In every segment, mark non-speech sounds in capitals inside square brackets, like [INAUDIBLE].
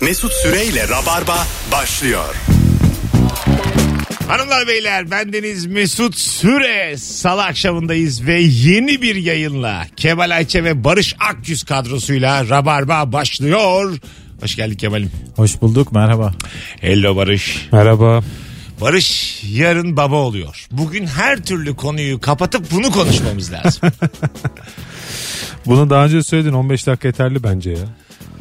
Mesut Süreyle Rabarba başlıyor. Hanımlar beyler bendeniz Mesut Süre salı akşamındayız ve yeni bir yayınla Kemal Ayçe ve Barış Akgüz kadrosuyla Rabarba başlıyor. Hoş geldin Kemal'im. Hoş bulduk merhaba. Hello Barış. Merhaba. Barış yarın baba oluyor. Bugün her türlü konuyu kapatıp bunu konuşmamız lazım. [LAUGHS] Bunu daha önce söyledin 15 dakika yeterli bence ya.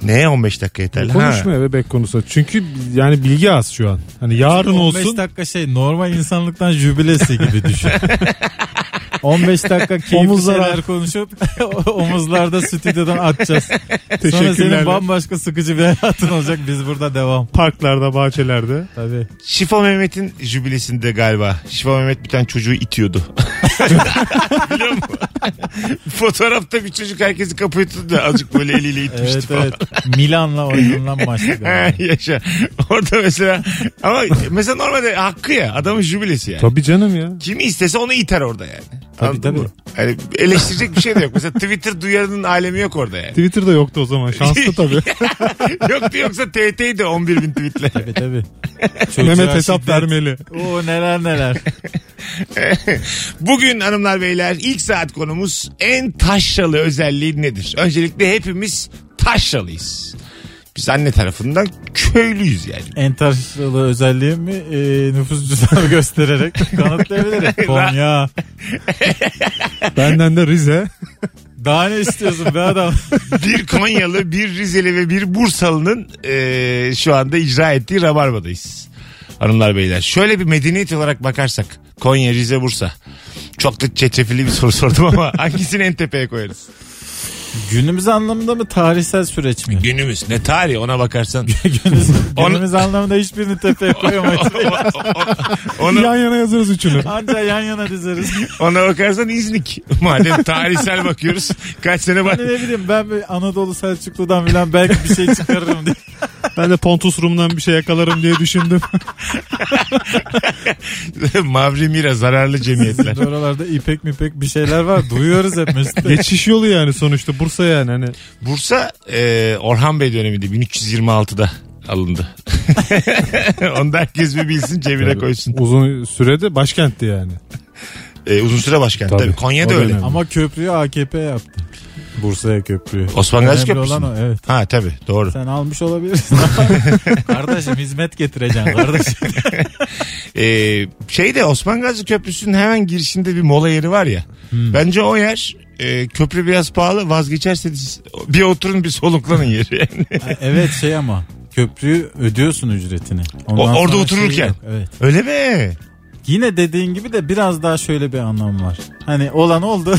ne 15 dakika yeterli? Konuşma eve bek konusu. Çünkü yani bilgi az şu an. Hani yarın 15 olsun dakika şey normal insanlıktan jübilesi gibi [LAUGHS] düşün. 15 dakika keyifli Omuzlar şeyler at. konuşup [LAUGHS] omuzlarda stüdyodan [LAUGHS] atacağız. Sonra Teşekkürler. senin bambaşka sıkıcı bir hayatın olacak. Biz burada devam. parklarda bahçelerde. Tabii. Şifa Mehmet'in jübilesinde galiba. Şifa Mehmet bir tane çocuğu itiyordu. [LAUGHS] Biliyor musun? Fotoğrafta bir çocuk herkesi kapıyı tuttu. Azıcık böyle eliyle itmişti Evet falan. evet. Milan'la oynanan maçtı Ha, [LAUGHS] [LAUGHS] galiba. yaşa. Orada mesela ama mesela normalde hakkı ya adamın jübilesi yani. Tabii canım ya. Kimi istese onu iter orada yani. Tabii, Anladın tabii. mı? Yani eleştirecek bir şey de yok. Mesela Twitter duyarının alemi yok orada [LAUGHS] yani. Twitter'da yoktu o zaman şanslı tabii. [LAUGHS] yok yoksa TT'yi de 11 bin tweetle. Tabii E, tabii. Çocuğa Mehmet hesap şiddet. vermeli. Oo neler neler. Bugün hanımlar beyler ilk saat konumuz en taşralı özelliği nedir? Öncelikle hepimiz taşralıyız. Biz anne tarafından köylüyüz yani. Entarşalı özelliğimi e, nüfus cüzdanı [LAUGHS] göstererek [LAUGHS] kanıtlayabilirim. Konya. [LAUGHS] Benden de Rize. Daha ne istiyorsun be adam? Bir Konyalı, bir Rizeli ve bir Bursalı'nın eee, şu anda icra ettiği Rabarba'dayız. Hanımlar beyler şöyle bir medeniyet olarak bakarsak Konya, Rize, Bursa. Çok da çetrefilli bir soru sordum [LAUGHS] ama hangisini en tepeye koyarız? Günümüz anlamında mı tarihsel süreç mi? Günümüz ne tarih ona [LAUGHS] bakarsan. Günümüz, Onu- günümüz anlamında hiçbirini tepeye koyamayız. Onu- Yan yana yazarız üçünü. Anca yan yana dizeriz. Ona bakarsan İznik. Madem tarihsel bakıyoruz. Kaç sene var? Hani [LAUGHS] ne bileyim ben bir Anadolu Selçuklu'dan falan belki bir şey çıkarırım diye. Ben de Pontus Rum'dan bir şey yakalarım diye düşündüm. Mavri Mira zararlı cemiyetler. [LAUGHS] Şimdi oralarda ipek mipek bir şeyler var. Duyuyoruz hep Mesut. Bey. Geçiş yolu yani sonuçta Bursa yani hani. Bursa e, Orhan Bey döneminde 1326'da alındı. [LAUGHS] Onu da herkes bir bilsin cebine koysun. Uzun sürede başkentti yani. E, uzun süre başkent tabii. Tabii. Konya'da O öyle. dönem. Ama köprüyü AKP yaptı. Bursa'ya köprüyü. Osman Gazi Önemli Köprüsü. olan mü? o, evet. Ha tabii doğru. Sen almış olabilirsin. [LAUGHS] kardeşim hizmet getireceksin kardeşim. Ee, şeyde Osman Gazi Köprüsü'nün hemen girişinde bir mola yeri var ya. Hmm. Bence o yer e, köprü biraz pahalı vazgeçerseniz bir oturun bir soluklanın yeri. [LAUGHS] Yani. evet şey ama köprüyü ödüyorsun ücretini. Ondan O- orada sonra şey otururken. yok, evet. Öyle mi? Yine dediğin gibi de biraz daha şöyle bir anlam var. Hani olan [LAUGHS] oldu.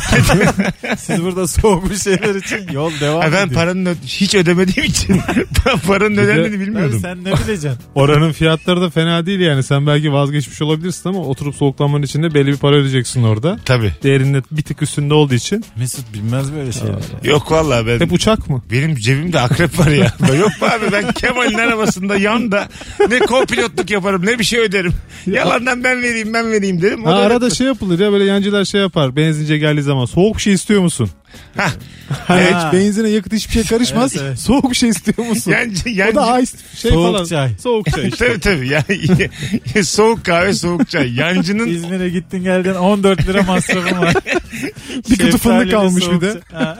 Siz burada soğuk bir şeyler için yol devam Ha, E, ben ediyor. paranın ö- hiç ödemediğim [LAUGHS] için ben paranın ödendiğini bilmiyordum. Tabii sen ne bileceksin? Oranın fiyatları da fena değil yani. Sen belki vazgeçmiş olabilirsin ama oturup soğuklanmanın içinde belli bir para ödeyeceksin orada. Tabii. Değerinde bir tık üstünde olduğu için. Mesut bilmez böyle şeyler. Yok vallahi ben Hep uçak mı? benim cebimde akrep var ya. [LAUGHS] Ben yok mu abi ben Kemal'in arabasında yanda ne kopilotluk yaparım ne bir şey öderim. Yalandan ben vereyim ben vereyim dedim. O Ha, da- arada şey yapılır ya böyle yancılar şey yapar. Benzince geldiği zaman soğuk bir şey istiyor musun? [LAUGHS] Hah. Hani Ha. hiç benzine yakıt hiçbir şey karışmaz. Evet, evet. Soğuk bir şey istiyor musun? Yancı, [LAUGHS] O da şey. yancı. ice şey Soğuk falan. çay. Soğuk çay işte. Tabii tabii. Yani, soğuk kahve soğuk çay. Yancının İzmir'e gittin geldin 14 lira masrafım var. [LAUGHS] bir kutu fındık Şeftalili almış bir soğuk de. çay. Ha.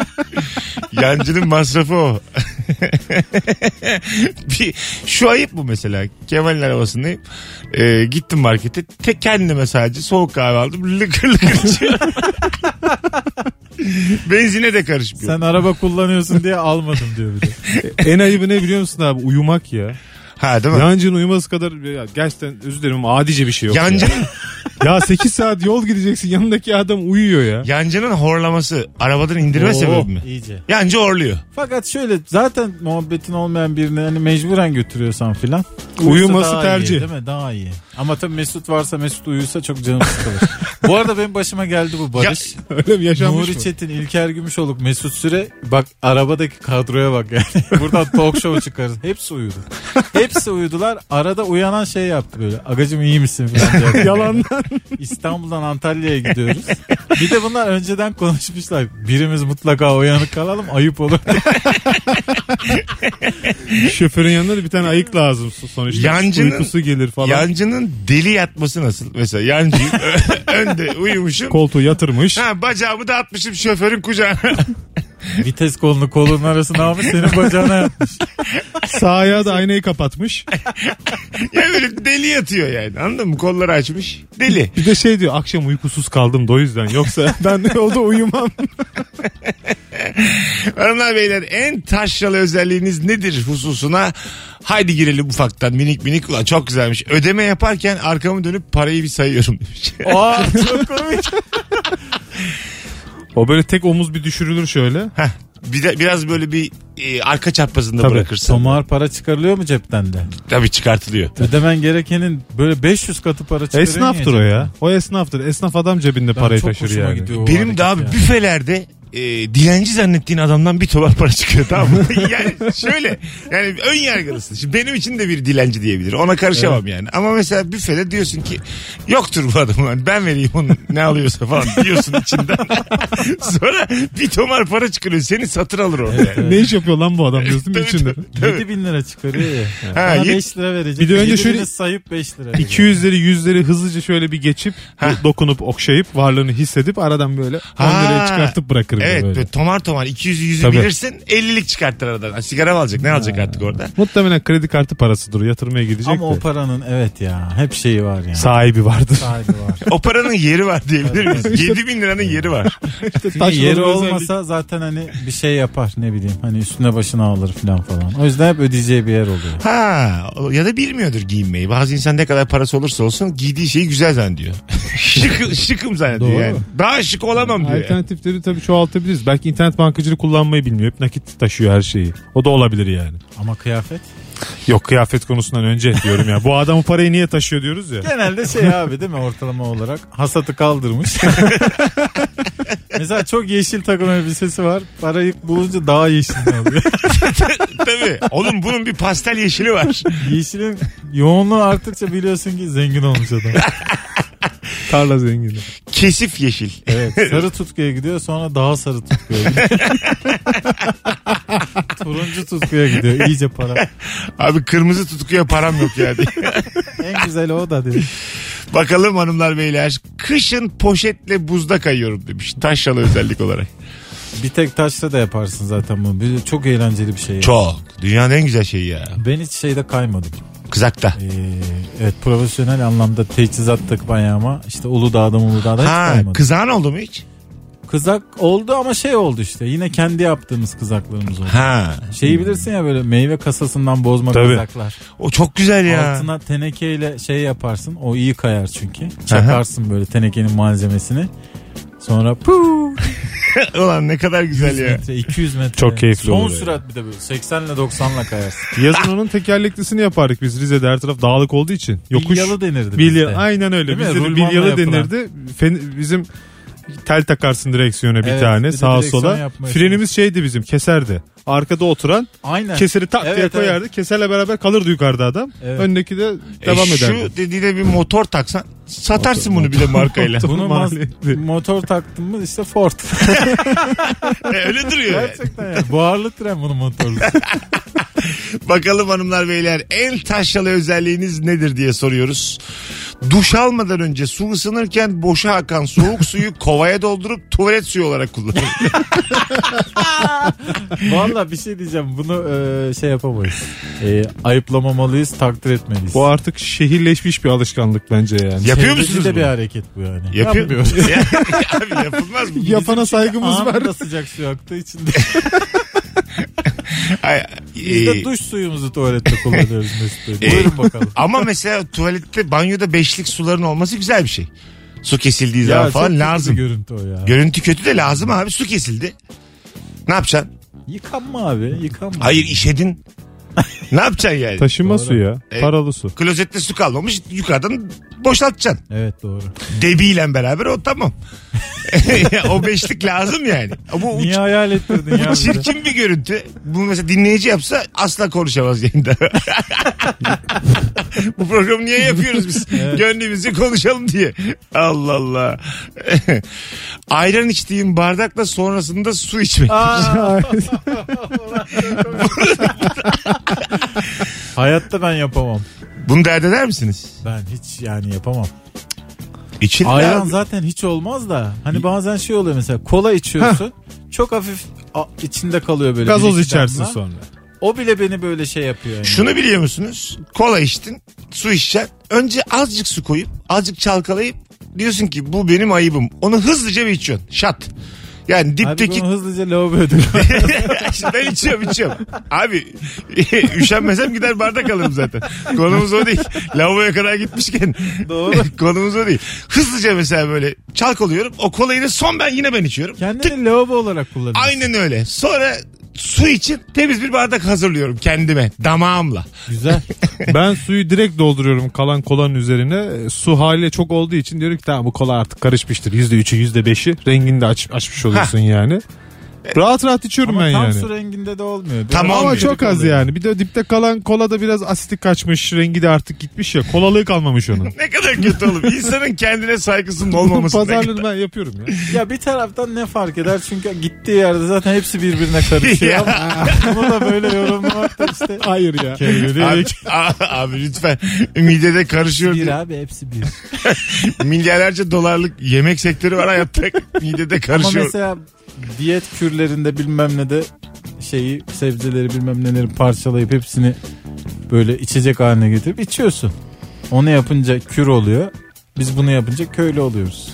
yancının masrafı o. [LAUGHS] bir, şu ayıp bu mesela. Kemal'in arabasındayım. Ee, gittim markete. Tek kendime sadece soğuk kahve aldım. Lıkır lıkır içiyorum. [LAUGHS] Benzine de karışmıyor. Sen araba kullanıyorsun diye almadım diyor [LAUGHS] bir de. [LAUGHS] en ayıbı ne biliyor musun abi? Uyumak ya. Ha değil mi? Yancının uyuması kadar ya gerçekten özür dilerim ama adice bir şey yok. Ya. Yancının, ya 8 saat yol gideceksin yanındaki adam uyuyor ya. yancının horlaması arabadan indirme Oo, sebebi mi? iyice. Yancı horluyor. Fakat şöyle zaten muhabbetin olmayan birini hani mecburen götürüyorsan filan. Uyuması Uyusa daha tercih. Iyi, değil mi? Daha iyi. Ama tabii Mesut varsa Mesut uyusa çok canım sıkılır. [LAUGHS] bu arada benim başıma geldi bu Barış. Öyle mi yaşanmış Nuri mı? Çetin, İlker Gümüşoluk, [LAUGHS] Mesut Süre. Bak arabadaki kadroya bak yani. Buradan talk show çıkarız. Hepsi uyudu. Hepsi uyudular. Arada uyanan şey yaptı böyle. Agacım iyi misin? falan diye. [LAUGHS] Yalandan. İstanbul'dan Antalya'ya gidiyoruz. Bir de bunlar önceden konuşmuşlar. Birimiz mutlaka uyanık kalalım ayıp olur. Şoförün yanında da bir tane ayık lazım sonuçta. Yancının- Uykusu gelir falan. Yancının deli yatması nasıl? Mesela [LAUGHS] yancıyım ö- önde uyumuşum. Koltuğu [LAUGHS] yatırmış. Ha, bacağımı da atmışım şoförün kucağına. [LAUGHS] Vites kolunu kolunun arasına almış senin bacağına yapmış. Sağ ayağı da aynayı kapatmış. ya böyle deli yatıyor yani anladın mı? Kolları açmış. Deli. Bir de şey diyor akşam uykusuz kaldım da o yüzden. [LAUGHS] Yoksa ben yolda uyumam. Hanımlar beyler en taşralı özelliğiniz nedir hususuna haydi girelim ufaktan minik minik. Ulan çok güzelmiş. Ödeme yaparken arkamı dönüp parayı bir sayıyorum demiş. [LAUGHS] Aa çok komik. O böyle tek omuz bir düşürülür şöyle. Heh, bir de, biraz böyle bir e, arka çaprazında Tabii. bırakırsın. Tomar para çıkarılıyor mu cepten de? Tabii çıkartılıyor. Ödemen gerekenin böyle 500 katı para çıkarıyor. Esnaftır o ya. O esnaftır. Esnaf adam cebinde parayı taşır yani. [LAUGHS] Benim de abi büfelerde e, dilenci zannettiğin adamdan bir dolar para çıkıyor tamam [LAUGHS] mı? yani şöyle yani ön yargılısın. Şimdi benim için de bir dilenci diyebilir. Ona karışamam yani. Ama mesela büfede diyorsun ki yoktur bu adamın lan. ben vereyim onu ne alıyorsa falan diyorsun içinden. [LAUGHS] Sonra bir tomar para çıkarıyor seni satır alır orada yani. Ne iş yapıyor lan bu adam [LAUGHS] diyorsun Tabii, içinde. tabii, tabii. 7 bin lira çıkarıyor ya. Ha, Bana yet- 5 lira verecek. Bir de önce Yedi şöyle- bini sayıp 5 lira. 200'leri 100'leri hızlıca şöyle bir geçip dokunup okşayıp varlığını hissedip aradan böyle 10 Ha. liraya çıkartıp bırakır bir Evet böyle. böyle tomar tomar 200'ü 100'ü Tabii. bilirsin 50'lik çıkartır aradan. Sigara mı alacak ne alacak artık orada. Muhtemelen kredi kartı parasıdır yatırmaya gidecek Ama o de. paranın evet ya hep şeyi var yani. Sahibi vardır. Sahibi var. O paranın yeri var diyebilir [LAUGHS] miyiz? 7 bin liranın yeri var. Çünkü Taşralı yeri bir olmasa özellik. zaten hani bir şey yapar ne bileyim hani üstüne başına alır falan falan. O yüzden hep ödeyeceği bir yer oluyor. Ha ya da bilmiyordur giyinmeyi. Bazı insan ne kadar parası olursa olsun giydiği şeyi güzel zannediyor. [LAUGHS] Şık, şıkım zannediyor Doğru. yani. Daha şık olamam diyor. yani. Alternatifleri tabii çoğaltabiliriz. Belki internet bankacılığı kullanmayı bilmiyor. Hep nakit taşıyor her şeyi. O da olabilir yani. Ama kıyafet? Yok kıyafet konusundan önce diyorum ya. Bu adam bu parayı niye taşıyor diyoruz ya. Genelde şey abi değil mi ortalama olarak hasatı [LAUGHS] kaldırmış. Mesela çok yeşil takım elbisesi var. Parayı bulunca daha yeşil [LAUGHS] oluyor. Tabii. Oğlum bunun bir pastel yeşili var. Yeşilin yoğunluğu arttıkça biliyorsun ki zengin olmuş adam. Tarla zengini. Kesif yeşil. [LAUGHS] Evet sarı tutkuya gidiyor sonra daha sarı tutkuya gidiyor. [LAUGHS] Turuncu tutkuya gidiyor iyice para. Abi kırmızı tutukuya param yok yani. [LAUGHS] En güzeli o da dedi. Bakalım hanımlar beyler. Kışın poşetle buzda kayıyorum demiş. Taşralı özellik olarak. Bir tek taşla da yaparsın zaten bunu. Bir- Çok eğlenceli bir şey. ya. Çok. Dünyanın en güzel şeyi ya. Ben hiç şeyde kaymadım. Kızakta. Ee, evet profesyonel anlamda teçhizat takıp ayağıma işte Uludağ'da Uludağ'da hiç Ha, kaymadım. kızağın oldu mu hiç? Kızak oldu ama şey oldu işte yine kendi yaptığımız kızaklarımız oldu. Ha. Şeyi bilirsin ya böyle meyve kasasından bozma Tabii. kızaklar. O çok güzel ya. Altına tenekeyle şey yaparsın. O iyi kayar çünkü. Çakarsın böyle tenekenin malzemesini. Sonra puu, Ulan ne kadar 100 güzel ya. metre 200 metre. Çok keyifli Son olur ya. sürat bir de böyle 80 ile 90 ile kayarsın. Yazın onun tekerleklisini yapardık biz Rize'de her taraf dağlık olduğu için. Yokuş. Bilyalı denirdi Bilya- bizde. Aynen öyle. Değil mi? Bizde de Rulmanla bilyalı yapılan. denirdi. Fen- bizim tel takarsın direksiyona bir Evet, bir tane de sağa direksiyon sola. yapma Frenimiz şeydi bizim keserdi. Arkada oturan Aynen. keseri tak diye Evet, evet. koyardı. Keserle beraber kalırdı yukardı adam. Evet. Öndeki de devam e, ederdi. Şu dediğine bir motor taksan satarsın bunu bir de markayla. [LAUGHS] Bunu mas- Maliyeti. motor taktın mı işte [LAUGHS] Ford. E, Öyle duruyor. yani. Gerçekten ya. Buharlı tren bunun [LAUGHS] motorlu. Bakalım hanımlar beyler en taşralı özelliğiniz nedir diye soruyoruz. Duş almadan önce su ısınırken boşa akan soğuk [LAUGHS] suyu kovaya doldurup tuvalet suyu olarak kullanın. Valla bir şey diyeceğim. Bunu e, şey yapamayız. E, ayıplamamalıyız, takdir etmeliyiz. Bu artık şehirleşmiş bir alışkanlık bence yani. Yapıyor Çevreci musunuz de bunu? bir hareket bu yani. Yapıyor. Yapmıyoruz. [LAUGHS] Ya, Abi yapılmaz mı? Yapana saygımız var. Anında sıcak su aktığı için de. Ay, Biz de e, duş suyumuzu tuvalette kullanıyoruz Mesut Bey. [LAUGHS] Ee, Buyurun bakalım. ama mesela tuvalette banyoda beşlik suların olması güzel bir şey. Su kesildiği zaman çok kötü falan bir lazım. görüntü o ya. Görüntü kötü de lazım abi su kesildi. Ne yapacaksın? Yıkanma abi yıkanma. [LAUGHS] Hayır işedin. ne yapacaksın yani? Taşınma Doğru. suyu ya. E, Paralı su. Klozette su kalmamış yukarıdan boşaltacaksın. [LAUGHS] Evet doğru. Debiyle beraber o tamam. [LAUGHS] o beşlik lazım yani. Bu Niye hayal ettirdin ya? Bu bizi? çirkin bir görüntü. Bunu mesela dinleyici yapsa asla konuşamaz yayında. [LAUGHS] Bu programı niye yapıyoruz [LAUGHS] biz? Gönlümüzü konuşalım diye. Allah Allah. [LAUGHS] Ayran içtiğim bardakla sonrasında su içmek. Hayatta ben yapamam. Bunu dert eder misiniz? Ben hiç yani yapamam. İçin Ayran abi. zaten hiç olmaz da. Hani bazen şey oluyor mesela kola içiyorsun. çok hafif a- içinde kalıyor böyle. bir Gazoz iki içersin damla. [LAUGHS] sonra. O bile beni böyle şey yapıyor. Yani. Şunu biliyor musunuz? Kola içtin, su içeceksin. Önce azıcık su koyup, azıcık çalkalayıp diyorsun ki bu benim ayıbım. Onu hızlıca bir içiyorsun. Şat. Yani Abi [LAUGHS] dipteki bunu hızlıca [LAUGHS] lavaboya döküyorum. Şimdi ben içiyorum içiyorum. Abi [LAUGHS] üşenmesem gider bardak alırım zaten. Konumuz o değil. Lavaboya kadar gitmişken. Doğru. [LAUGHS] Konumuz o değil. Hızlıca mesela böyle çalkalıyorum. O kolayı da son ben yine ben içiyorum. Tık, Kendini lavabo olarak kullanıyorsun. aynen öyle. Sonra su için temiz bir bardak hazırlıyorum kendime. Damağımla. [LAUGHS] Güzel. Ben suyu direkt dolduruyorum kalan kolanın üzerine. E, Su haliyle çok olduğu için diyorum ki tamam bu kola artık karışmıştır. %3'ü %5'i rengini de aç, açmış oluyorsun yani. Rahat rahat içiyorum E, Ama ben tam yani. su renginde de olmuyor. Biraz Tamam. Ama olmuyor. çok az Oluyor. yani. Bir de dipte kalan kola da biraz asitlik kaçmış. Rengi de artık gitmiş ya. Kolalığı kalmamış onun. Ne kadar kötü oğlum. İnsanın kendine saygısının olmaması. ne Pazarlığını ben yapıyorum ya. Ya bir taraftan ne fark eder çünkü gittiği yerde zaten hepsi birbirine [LAUGHS] karışıyor. Ya. ama [LAUGHS] bunu da böyle yorumlamak da işte. Hayır ya. kadar- [LAUGHS] Abi, abi lütfen midede karışıyor Bir diye. abi hepsi bir. Milyarlarca dolarlık yemek sektörü var [LAUGHS] hayatta. Midede Ama karışıyor. mesela diyet kürlerinde bilmem ne de şeyi sebzeleri bilmem neleri parçalayıp hepsini böyle içecek haline getirip içiyorsun. Onu yapınca kür oluyor. Biz bunu yapınca köylü oluyoruz.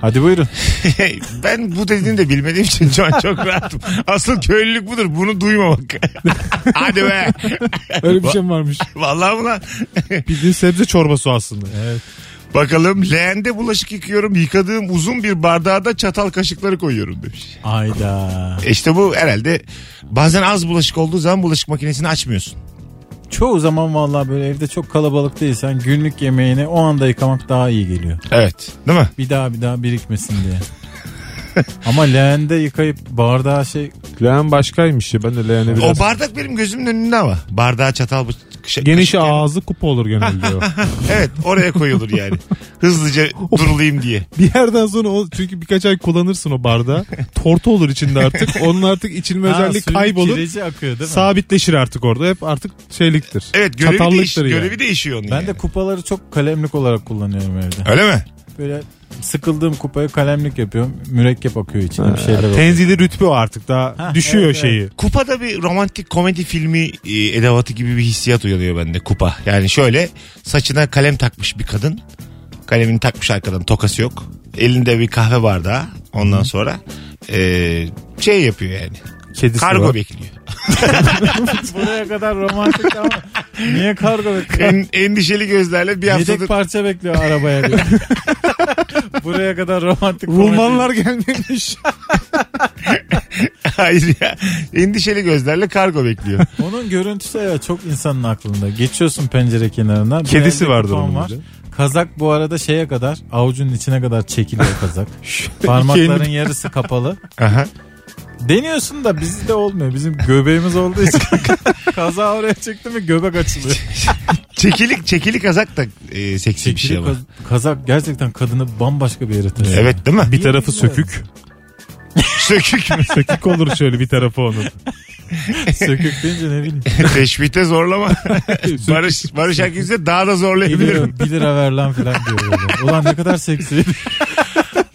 Hadi buyurun. Hey, ben bu dediğini de bilmediğim için şu an çok rahatım. Asıl köylülük budur. Bunu [LAUGHS] duymamak. Hadi be. [LAUGHS] Öyle bir şey mi varmış? Vallahi mı lan? Bildiğin sebze çorbası aslında. Bakalım leğende bulaşık yıkıyorum. Yıkadığım uzun bir bardağa da çatal kaşıkları koyuyorum demiş. Ayda. E İşte bu herhalde bazen az bulaşık olduğu zaman bulaşık makinesini açmıyorsun. Çoğu zaman vallahi böyle evde çok kalabalık değilsen günlük yemeğini o anda yıkamak daha iyi geliyor. Evet. Değil mi? Bir daha bir daha birikmesin diye. Ama leğende yıkayıp bardağa şey Leğen başkaymış ya. Ben de leğene biraz... O bardak benim gözümün önünde ama. Bardağa çatal bu- kaşı- Geniş kaşık- ağzı kupa olur genelde o. Evet oraya koyulur yani. Hızlıca durulayım diye. Bir yerden sonra o çünkü birkaç ay kullanırsın o bardağı. Tortu olur içinde artık. Onun artık içilme Ha, özelliği suyun kaybolur. kireci akıyor değil mi? Sabitleşir artık orada. Hep artık şeyliktir. Evet görevi, değiş, Çatallıktır yani. görevi değişiyor onun Ben yani. de kupaları çok kalemlik olarak kullanıyorum evde. Öyle mi? Böyle sıkıldığım kupayı kalemlik yapıyorum. Mürekkep akıyor içinde bir şeyler Ha, oluyor. Tenzili rütbe o artık daha Ha, düşüyor evet, şeyi. Kupa'da bir romantik komedi filmi e, edevatı gibi bir hissiyat uyanıyor bende Kupa. Yani şöyle saçına kalem takmış bir kadın. Kalemini takmış arkadan tokası yok. Elinde bir kahve bardağı ondan sonra e, şey yapıyor yani. Kedisi Kargo var. bekliyor. Buraya kadar romantik ama niye kargo bekliyor? En, endişeli gözlerle bir haftadır Yedek parça bekliyor arabaya diyor. Buraya kadar romantik komedi. Rumanlar [LAUGHS] gelmemiş. [LAUGHS] hayır ya. Endişeli gözlerle kargo bekliyor. Onun görüntüsü ya çok insanın aklında. Geçiyorsun pencere kenarına. bir Kedisi elde vardır kupon onun var. bir de. Kazak bu arada şeye kadar avucunun içine kadar çekiliyor [LAUGHS] kazak. Parmakların yarısı kapalı. Aha. Deniyorsun da bizde olmuyor. Bizim göbeğimiz olduğu için. [LAUGHS] Kaza oraya çıktı mı göbek açılıyor. Çekilik çekilik kazak da e, seksi bir şey ama. Kaz- kazak gerçekten kadını bambaşka bir yere taşıyor. Evet değil mi? Bir tarafı sökük. Sökük mü? sökük olur şöyle bir tarafı onun. Sökük deyince ne [LAUGHS] bileyim. Teşbihte zorlama. Barış, Barış Akgüz de daha da zorlayabilirim. Geliyor 1 lira ver lan filan [LAUGHS] diyor. böyle. Ulan ne kadar seksi.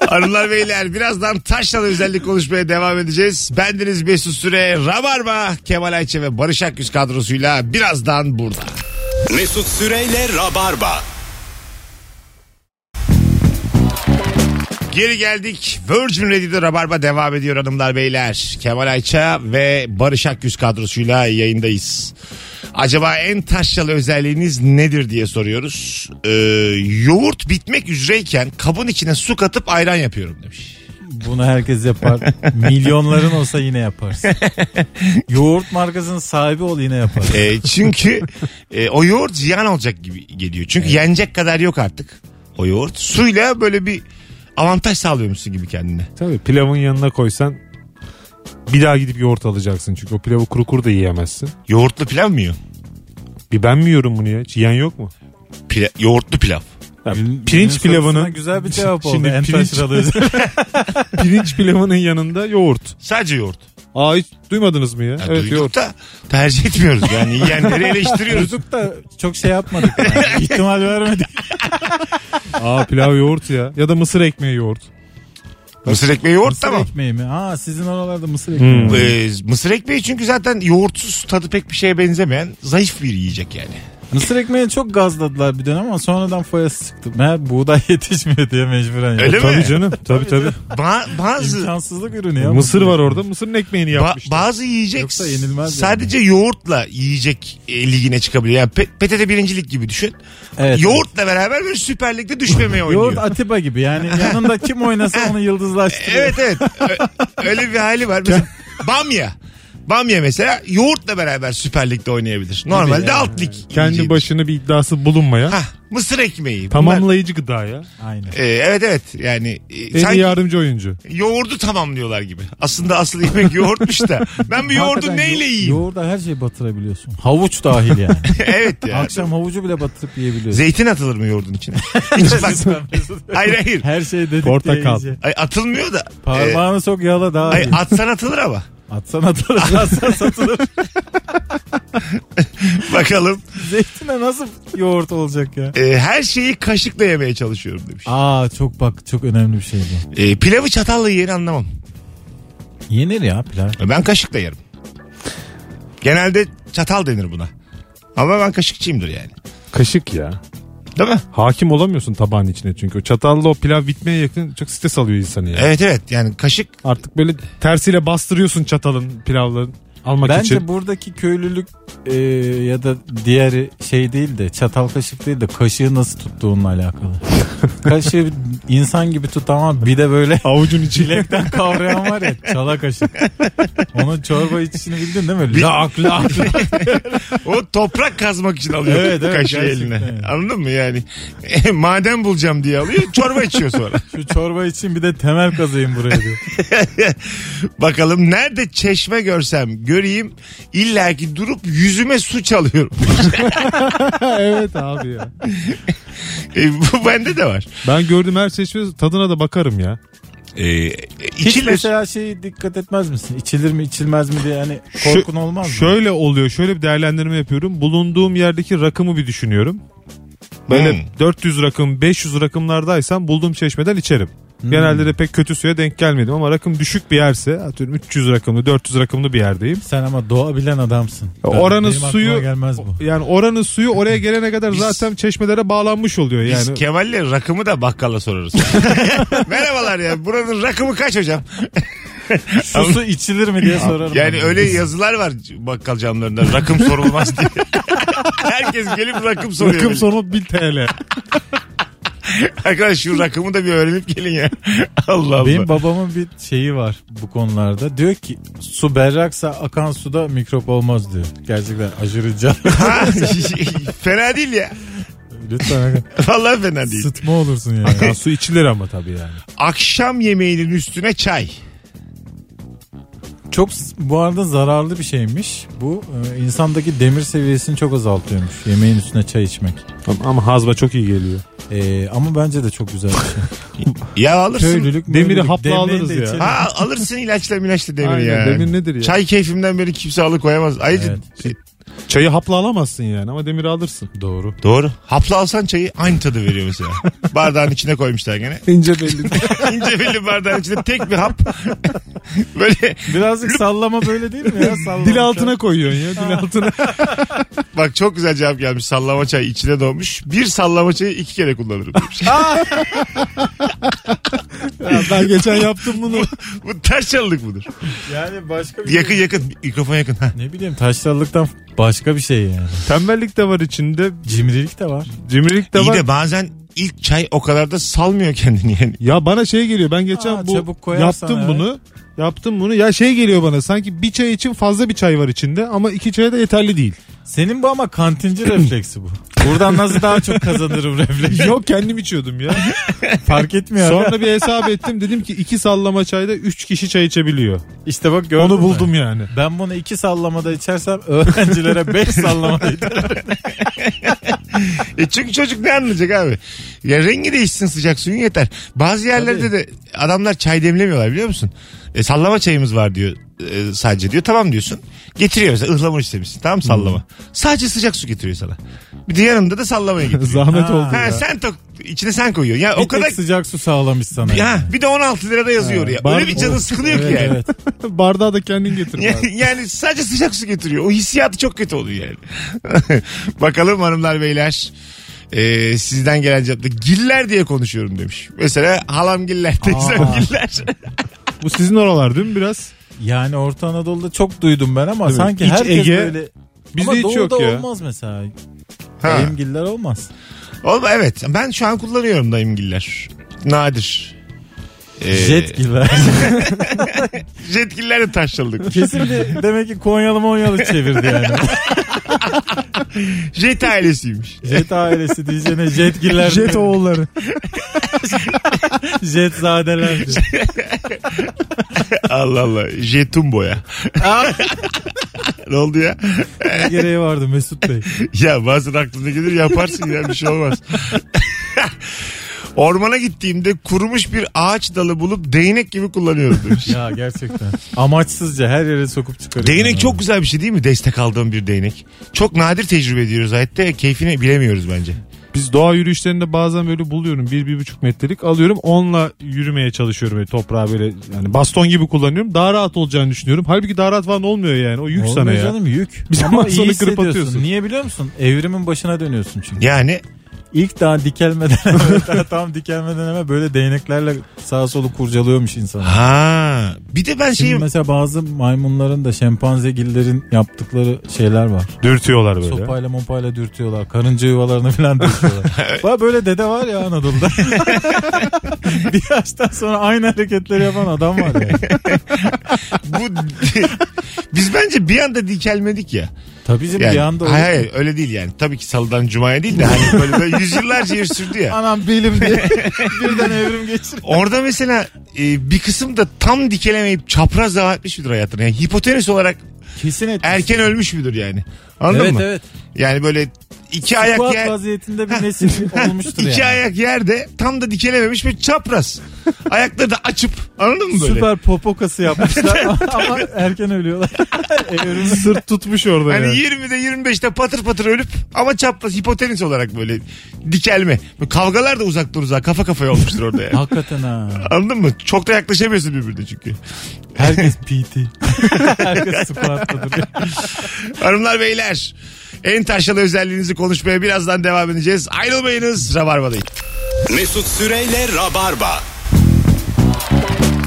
Hanımlar beyler birazdan taşla da özellik konuşmaya devam edeceğiz. Bendeniz Mesut Süre, Rabarba, Kemal Ayçe ve Barış Akgüz kadrosuyla birazdan burada. Mesut Süreyle Rabarba. Geri geldik. Virgin Radio'da Rabarba devam ediyor hanımlar beyler. Kemal Ayça ve Barış Akgüz kadrosuyla yayındayız. Acaba en taşralı özelliğiniz nedir diye soruyoruz. Ee, yoğurt bitmek üzereyken kabın içine su katıp ayran yapıyorum demiş. Bunu herkes yapar. Milyonların olsa yine [LAUGHS] yaparsın. Yoğurt markasının sahibi ol yine yapar. E, çünkü e, o yoğurt ziyan olacak gibi geliyor. Çünkü yenecek kadar yok artık o yoğurt. Suyla böyle bir avantaj sağlıyormuşsun gibi kendine. Tabii pilavın yanına koysan bir daha gidip yoğurt alacaksın. Çünkü o pilavı kuru kuru da yiyemezsin. Yoğurtlu pilav mı yiyorsun? Bir ben mi yiyorum bunu ya? Hiç yiyen yok mu? Pila- yoğurtlu pilav. Ya Günün- günün pirinç sorusuna pilavının güzel bir [LAUGHS] cevap oldu. Şimdi en pirinç- taşralı. [LAUGHS] pirinç pilavının yanında yoğurt. Sadece yoğurt. Aa hiç duymadınız mı ya? Ya evet duyduk yoğurt. da tercih etmiyoruz. Yani yiyenleri eleştiriyoruz. Duyduk da çok şey yapmadık. yani. [LAUGHS] İhtimal vermedik. Aa pilav yoğurt ya. Ya da mısır ekmeği yoğurt. mısır ekmeği yoğurt mısır tamam. ekmeği mi? Ha sizin oralarda Hmm. mısır ekmeği. mi? Ee, mısır ekmeği çünkü zaten yoğurtsuz tadı pek bir şeye benzemeyen zayıf bir yiyecek yani. Mısır ekmeğini çok gazladılar bir dönem ama sonradan foyası çıktı. Meğer buğday [LAUGHS] yetişmiyor diye mecburen. Öyle mi? tabii canım. Tabii tabii. Ba- bazı İmkansızlık ürünü ya. mısır var orada. Mısırın ekmeğini Ba- yapmışlar. bazı yiyecek Yoksa yenilmez sadece yoğurtla yiyecek e, ligine çıkabiliyor. Yani Pe- PTT birincilik gibi düşün. Evet. yoğurtla beraber böyle Süper Lig'de düşmemeye oynuyor. [LAUGHS] Yoğurt Atiba gibi yani yanında kim oynasa onu yıldızlaştırıyor. Evet evet. Ö- Öyle bir hali var. [LAUGHS] Mesela Bamya. Bamya mesela yoğurtla beraber Süper Lig'de oynayabilir. Normalde yani. alt lig. Kendi yiyeceğidir. başına bir iddiası bulunmayan Hah, mısır ekmeği. Bunlar- tamamlayıcı gıda ya. Aynen. E, evet evet yani e, En iyi sanki yardımcı oyuncu. yoğurdu tamamlıyorlar gibi. Aslında asıl yemek yoğurtmuş da. Ben bu yoğurdu Hakikaten neyle yo- yiyeyim? Yoğurda her şeyi batırabiliyorsun. Havuç dahil yani. [LAUGHS] evet ya. [LAUGHS] Akşam havucu bile batırıp yiyebiliyorsun. Zeytin atılır mı yoğurdun [LAUGHS] içine? Hiç bak. hayır hayır. her şey dedik Portakal. diye iyice. Ay, atılmıyor da. E, Parmağını sok yala daha ay, iyi. atsan atılır ama. Atsan atarız atsan satılır. Bakalım. Zeytine nasıl yoğurt olacak ya? E, her şeyi kaşıkla yemeye çalışıyorum demiş. Aa çok bak çok önemli bir şey bu. E, pilavı çatalla yiyeni anlamam. Yenir ya pilav. E, Ben kaşıkla yerim. Genelde çatal denir buna. Ama ben kaşıkçıyımdır yani. Kaşık ya. Değil mi? Hakim olamıyorsun tabağın içine çünkü. O çatalla o pilav bitmeye yakın çok stres alıyor insanı ya. Evet evet yani kaşık Artık böyle tersiyle bastırıyorsun çatalın pilavların almak Bence için. buradaki köylülük e, ya da diğeri şey değil de çatal kaşık değil de kaşığı nasıl tuttuğunla [LAUGHS] alakalı. Kaşığı insan gibi tut ama bir de böyle [LAUGHS] Avucun içiyle. Bilekten kavrayan var ya çala kaşık. Onun çorba içişini bildin değil mi? Bil- Lak lak. [LAUGHS] o toprak kazmak için alıyor Evet, evet, kaşığı gerçekten. eline. Anladın mı yani? maden bulacağım diye alıyor çorba içiyor [LAUGHS] sonra. Şu çorba için bir de temel kazayım buraya [LAUGHS] diyor. Bakalım nerede çeşme görsem göreyim illa ki durup yüzüme su çalıyorum. [LAUGHS] evet abi ya. E, bu bende de var. Ben gördüm her seçme tadına da bakarım ya. E, e, Hiç içilir. mesela şeyi dikkat etmez misin? İçilir mi içilmez mi diye hani korkun olmaz mı? Şöyle oluyor şöyle bir değerlendirme yapıyorum. Bulunduğum yerdeki rakımı bir düşünüyorum. Böyle Hmm. 400 rakım 500 rakımlardaysam bulduğum çeşmeden içerim. Hmm. Genelde de pek kötü suya denk gelmedim ama rakım düşük bir yerse atıyorum 300 rakımlı 400 rakımlı bir yerdeyim. Sen ama doğa bilen adamsın. Ben- oranın benim aklıma suyu- gelmez bu. Yani oranın suyu oraya gelene kadar zaten çeşmelere bağlanmış oluyor Biz yani. Kemal'le rakımı da bakkala [LAUGHS] sorarız. Merhabalar ya buranın rakımı kaç hocam? Şu su içilir mi diye sorarım. Yani ben. öyle yazılar var bakkal camlarında rakım sorulmaz diye. [LAUGHS] Herkes gelip rakım soruyor. Rakım sonu 1000 TL. Arkadaş şu rakımı da bir öğrenip gelin ya. [LAUGHS] Allah Allah. Benim babamın bir şeyi var bu konularda. Diyor ki su berraksa akan suda mikrop olmaz diyor. Gerçekten aşırı [LAUGHS] can. Ha, [LAUGHS] fena değil ya. Lütfen Vallahi fena değil. sıtma olursun yani. Ya su içilir ama tabii yani. Akşam yemeğinin üstüne çay. Çok s- bu arada zararlı bir şeymiş. Bu e, insandaki demir seviyesini çok azaltıyormuş. Yemeğin üstüne çay içmek. Ama, ama hazma çok iyi geliyor. E, ama bence de çok [LAUGHS] güzel bir şey. Ya alırsın. Köylülük, demiri möylülük, hapla demleği de alırız ya. içelim. Ha alırsın ilaçla milaçla demir Aynen, ya. demir nedir ya? Çay keyfimden beri kimse alıkoyamaz. Ayrıca Evet. Çayı hapla alamazsın yani ama demiri alırsın. Doğru. Doğru. Hapla alsan çayı aynı tadı veriyor mesela. Bardağın içine koymuşlar gene. İnce belli. İnce belli bardağın içinde tek bir hap. [LAUGHS] Böyle [LAUGHS] Birazcık sallama böyle değil mi ya? Sallama Dil altına koyuyorsun ya dil altına. bak çok güzel cevap gelmiş. Sallama çay içine doğmuş. Bir sallama çayı iki kere kullanırım demiş. [LAUGHS] Ya ben geçen yaptım bunu. Bu ters çalılık mıdır? Yani başka bir şey- Yakın yakın. Mikrofon yakın. Ha. Ne bileyim taşrallıktan başka bir şey yani. Tembellik de var içinde. Cimrilik de var. Cimrilik de İyi var. de bazen ilk çay o kadar da salmıyor kendini yani. Ya bana şey geliyor ben geçen Aa, bu çabuk koyarsan yaptım evet. bunu. Yaptım bunu ya şey geliyor bana sanki bir çay için fazla bir çay var içinde ama iki çay da yeterli değil. Senin bu ama kantinci refleksi bu. Buradan nasıl daha çok kazanırım refleksi. [LAUGHS] Yok kendim içiyordum ya. Fark etmiyor. abi. Sonra bir hesap ettim dedim ki iki sallama çayda üç kişi çay içebiliyor. İşte bak gördün Onu mü? buldum yani. Ben bunu iki sallamada içersem öğrencilere beş sallamada [LAUGHS] içerim. E çünkü çocuk ne anlayacak abi? Ya rengi değişsin sıcak suyun yeter. Bazı yerlerde de adamlar çay demlemiyorlar biliyor musun? E, sallama çayımız var diyor e, sadece diyor. Tamam diyorsun. Getiriyor mesela ıhlamur istemişsin. Tamam Hmm. sallama. Sadece sıcak su getiriyor sana. Bir de yanında da sallamayı [LAUGHS] getiriyor. [LAUGHS] Zahmet oldu ha, ya. sen tok, içine sen koyuyorsun. Ya Bir o kadar... tek sıcak su sağlamış sana. Ya bir de 16 lirada yazıyor ya. bar- Öyle bir canın o- sıkılıyor ki Evet, yani. evet. [LAUGHS] Bardağı da kendin getir bari. Yani, [LAUGHS] yani sadece sıcak su getiriyor. O hissiyatı çok kötü oluyor yani. [LAUGHS] Bakalım hanımlar beyler. Ee, sizden gelen cevapta giller diye konuşuyorum demiş. Mesela halam giller, teyzem [LAUGHS] giller. Bu sizin oralar değil mi biraz? Yani Orta Anadolu'da çok duydum ben ama Evet. sanki İç herkes Ege, böyle... bizde ama hiç doğuda yok ya. olmaz mesela. Ha. Dayımgiller olmaz. Oğlum evet ben şu an kullanıyorum dayımgiller. Nadir. Ee, [LAUGHS] Jetgiller. Jetgillerle [LAUGHS] taşladık. Kesin de demek ki Konyalı Monyalı çevirdi yani. Jet ailesiymiş. Jet ailesi diyeceğine jetgiller. [LAUGHS] Jet oğulları. Jetzadeler. diyor. Allah Allah. Jetumbo ya. [LAUGHS] ne oldu ya? Ne gereği vardı Mesut Bey. Ya bazen aklına gelir yaparsın ya bir şey olmaz. [LAUGHS] Ormana gittiğimde kurumuş bir ağaç dalı bulup değnek gibi kullanıyorum demiş. Ya gerçekten. Amaçsızca her yere sokup çıkarıyor. Değnek Yani. çok güzel bir şey değil mi? Destek aldığım bir değnek. Çok nadir tecrübe ediyoruz hayatta. Keyfini bilemiyoruz bence. Biz doğa yürüyüşlerinde bazen böyle buluyorum. Bir, bir buçuk metrelik alıyorum. Onunla yürümeye çalışıyorum. Böyle toprağa böyle yani baston gibi kullanıyorum. Daha rahat olacağını düşünüyorum. Halbuki daha rahat falan olmuyor yani. O yük sana Olmuyor ya. canım yük. Bir zaman Ama sonra iyi kırıp hissediyorsun. atıyorsun. Niye biliyor musun? Evrimin başına dönüyorsun çünkü. Yani İlk daha dikelmeden [LAUGHS] daha tam dikelmeden hemen böyle değneklerle sağa solu kurcalıyormuş insan. ha bir de ben Şimdi şeyim mesela bazı maymunların da şempanzegillerin yaptıkları şeyler var. Dürtüyorlar böyle. Sopayla mopayla dürtüyorlar. Karınca yuvalarını [LAUGHS] falan dürtüyorlar. Bak böyle dede var ya Anadolu'da. [LAUGHS] bir yaştan sonra aynı hareketleri yapan adam var ya. bu [LAUGHS] biz bence bir anda dikelmedik ya. Tabii canım Yani, bir anda hayır, olur. hayır, öyle değil yani. Tabii ki salıdan cumaya değil de hani böyle, böyle yüzyıllarca sürdü [LAUGHS] ya. Anam [LAUGHS] bilim diye birden evrim geçir. Orada mesela e, bir kısım da tam dikelemeyip çapraz devam etmiş midir hayatını? Yani hipotenüs olarak Kesin etmiş. erken ölmüş müdür yani? Anladın evet mı? evet. Yani böyle iki ayak Squat yer, vaziyetinde bir nesil olmuştur iki yani. ayak yerde tam da dikelememiş ve çapraz. Ayakları da açıp anladın mı böyle? Süper popokası [LAUGHS] yapmışlar ama erken ölüyorlar. E, Evrim [LAUGHS] Sırt tutmuş orada Hani yani. 20'de 25'te patır patır ölüp ama çapraz hipotenüs olarak böyle dikelme. Böyle kavgalar da uzaktan uzağa kafa kafaya olmuştur orada [LAUGHS] yani. Hakikaten ha. Anladın mı? Çok da yaklaşamıyorsun birbirine çünkü. Herkes PT. [LAUGHS] Herkes squat'ta duruyor. Hanımlar beyler en taşralı özelliğinizi konuşmaya birazdan devam edeceğiz. Ayrılmayınız Rabarba'dayım. Mesut Süreyle Rabarba.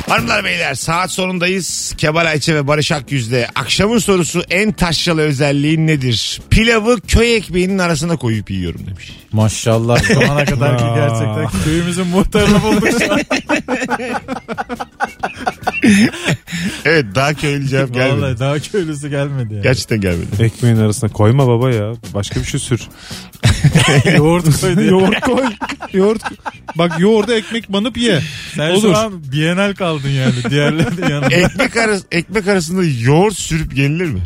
Hanımlar beyler saat sonundayız. Kemal Ayçe ve Barış Akyüz'de akşamın sorusu en taşralı özelliğin nedir? Pilavı köy ekmeğinin arasına koyup yiyorum demiş. Maşallah şu ana kadar ki gerçekten köyümüzün muhtarını bulduk şu an. Evet daha köylü [LAUGHS] cevap gelmedi. Vallahi daha köylüsü gelmedi yani. Gerçekten gelmedi. Ekmeğin arasına koyma baba ya. Başka bir şey sür. [LAUGHS] Yoğurt koydu. ya. yoğurt koy. Yoğurt. koy. Bak yoğurda ekmek banıp ye. Sen Olur. şu an bienal kaldın yani [LAUGHS] diğerlerinin yanında. Ekmek, arası, ekmek arasında yoğurt sürüp yenilir mi?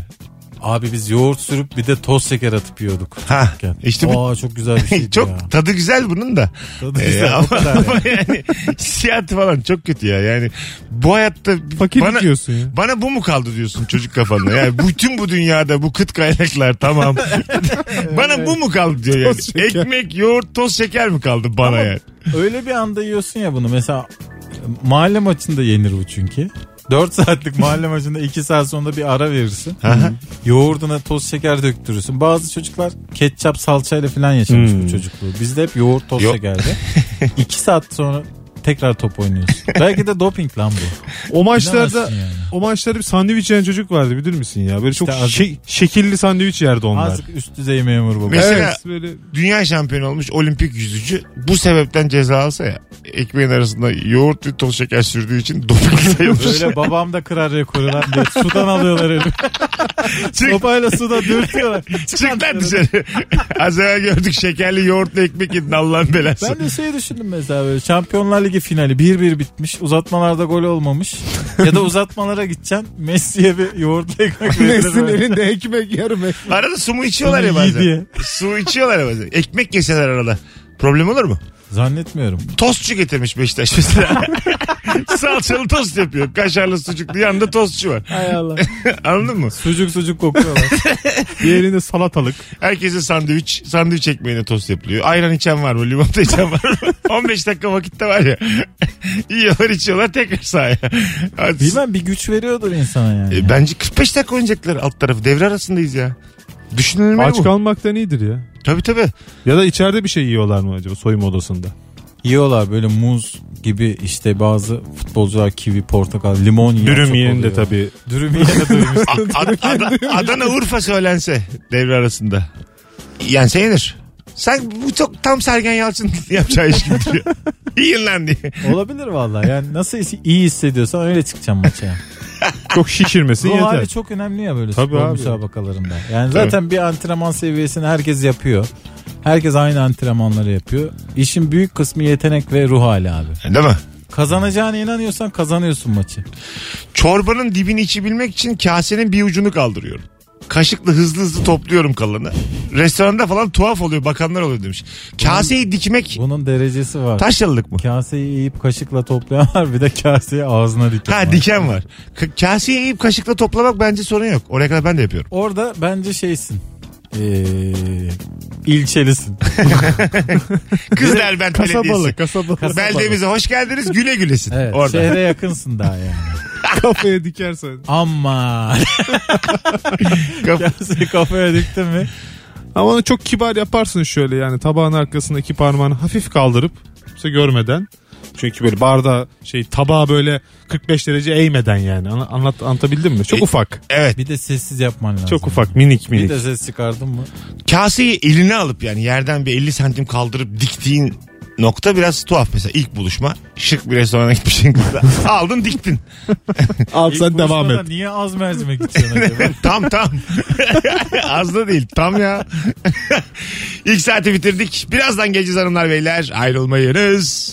Abi biz yoğurt sürüp bir de toz şeker atıp yiyorduk. Ha, işte bu- Aa, çok güzel bir [LAUGHS] şeydi Çok ya. tadı güzel bunun da. Tadı Ee, güzel, ama, o kadar ama yani hissiyatı falan çok kötü ya. Yani bu hayatta Fakirlik bana, diyorsun ya. bana bu mu kaldı diyorsun çocuk kafanda. Yani bütün bu dünyada bu kıt kaynaklar [LAUGHS] tamam. bana bu mu kaldı diyor yani. Toz şeker. Ekmek, yoğurt, toz şeker mi kaldı bana Ama yani? [LAUGHS] Öyle bir anda yiyorsun ya bunu. Mesela mahalle maçında yenir bu çünkü. 4 saatlik mahalle maçında 2 saat sonra bir ara verirsin. Aha. Yoğurduna toz şeker döktürürsün. Bazı çocuklar [LAUGHS] ketçap salçayla falan yaşamış bu çocukluğu. Bizde hep yoğurt toz Hmm. Yo- şekerdi. 2 saat sonra tekrar top oynuyorsun. Belki de doping lan bu. O maçlarda Bilemezsin yani. o maçlarda bir sandviç yiyen çocuk vardı bilir misin ya? Böyle çok İşte azıcık- şe- şekilli sandviç yerdi onlar. Azıcık üst düzey memur bu. Mes- Mesela- Evet böyle Dünya şampiyonu olmuş olimpik yüzücü bu sebepten ceza alsa ya ekmeğin arasında yoğurt ve toz şeker sürdüğü için doping sayılır. Böyle babam da kırar rekoru lan diye. Sudan alıyorlar elini. Çık. Sopayla suda dürtüyorlar. Çık lan dışarı. [LAUGHS] Az evvel gördük şekerli yoğurtla ekmek yedin Allah'ın belası. Ben de şey düşündüm mesela böyle Şampiyonlar Ligi finali 1-1 bitmiş. Uzatmalarda gol olmamış. ya da uzatmalara gideceğim. Messi'ye bir yoğurtlu ekmek Nesin verilir. elinde ekmek yarım ekmek. Arada su mu içiyorlar Bunu ya iyi bazen? diye. Su içiyorlar ya bazen. Ekmek yeseler arada. Problem olur mu? Zannetmiyorum. Tostçu getirmiş Beşiktaş mesela. Salçalı tost yapıyor. Kaşarlı sucuklu yanında tostçu var. [LAUGHS] Hay Allah. Anladın mı? sucuk sucuk kokuyorlar. diğerinde salatalık. Herkese sandviç, sandviç ekmeğine tost yapılıyor. Ayran içen var mı? Limonata içen var mı? 15 dakika vakitte var ya. [LAUGHS] Yiyorlar içiyorlar tekrar sahaya. Hadi. Bilmem bir güç veriyordur insana yani. E, bence 45 dakika oynayacaklar alt tarafı. Devre arasındayız ya. Düşünülmeli Aç bu. kalmaktan iyidir ya. Tabii tabii. Ya da içeride bir şey yiyorlar mı acaba soyunma odasında? Yiyorlar böyle muz gibi işte bazı futbolcular kivi, portakal, limon yiyor. Dürüm çok yerinde oluyor. tabii. Dürüm yerinde dürüm. A- Ad- Ad- Adana Urfa söylense devre arasında. Yense yenir. Sen bu çok tam Sergen Yalçın [LAUGHS] yapacağı iş gibi duruyor. [LAUGHS] Yiyin lan diye. Olabilir vallahi yani nasıl his- iyi hissediyorsan öyle çıkacağım maça. [LAUGHS] yani. Çok şişirmesin Ruh hali yeter. çok önemli ya böyle Tabii spor abi. müsabakalarında. Yani zaten bir antrenman seviyesini herkes yapıyor. Herkes aynı antrenmanları yapıyor. İşin büyük kısmı yetenek ve ruh hali abi. Değil mi? Kazanacağına inanıyorsan kazanıyorsun maçı. Çorbanın dibini içebilmek için kasenin bir ucunu kaldırıyorum. Kaşıkla hızlı hızlı topluyorum kalanı. Restoranda falan tuhaf oluyor bakanlar oluyor demiş. Kaseyi dikmek Bunun derecesi var. taşralılık mı? Kaseyi yiyip kaşıkla toplayan var bir de kaseyi ağzına diken Ha var. diken var. K- kaseyi eğip kaşıkla toplamak bence sorun yok. Oraya kadar ben de yapıyorum. Orada bence şeysin. Ee, ilçelisin. Kızlar ben belediyesi. Kasabalık kasabalık. Beldemize hoş geldiniz güle gülesin. Evet, Orada. [LAUGHS] Şehre yakınsın daha yani. [LAUGHS] Kafaya dikersen. Ama Kaf- kaseyi kafaya diktin mi? Ama onu çok kibar yaparsın şöyle yani tabağın arkasındaki parmağını hafif kaldırıp kimse görmeden. Çünkü böyle bardağı şey tabağı böyle 45 derece eğmeden yani. Ana- Anlat, anlatabildim mi? Çok E- ufak. Evet. Bir de sessiz yapman lazım. Çok ufak minik Bir minik. de ses çıkardın mı? Kaseyi eline alıp yani yerden bir 50 santim kaldırıp diktiğin nokta biraz tuhaf mesela ilk buluşma şık bir restorana gitmişsin [LAUGHS] kızla aldın diktin [LAUGHS] Al sen İlk devam buluşmada et. Niye az mercimek içiyorsun [LAUGHS] acaba? tam tam [LAUGHS] az da değil tam ya [LAUGHS] ilk saati bitirdik birazdan geleceğiz hanımlar beyler ayrılmayınız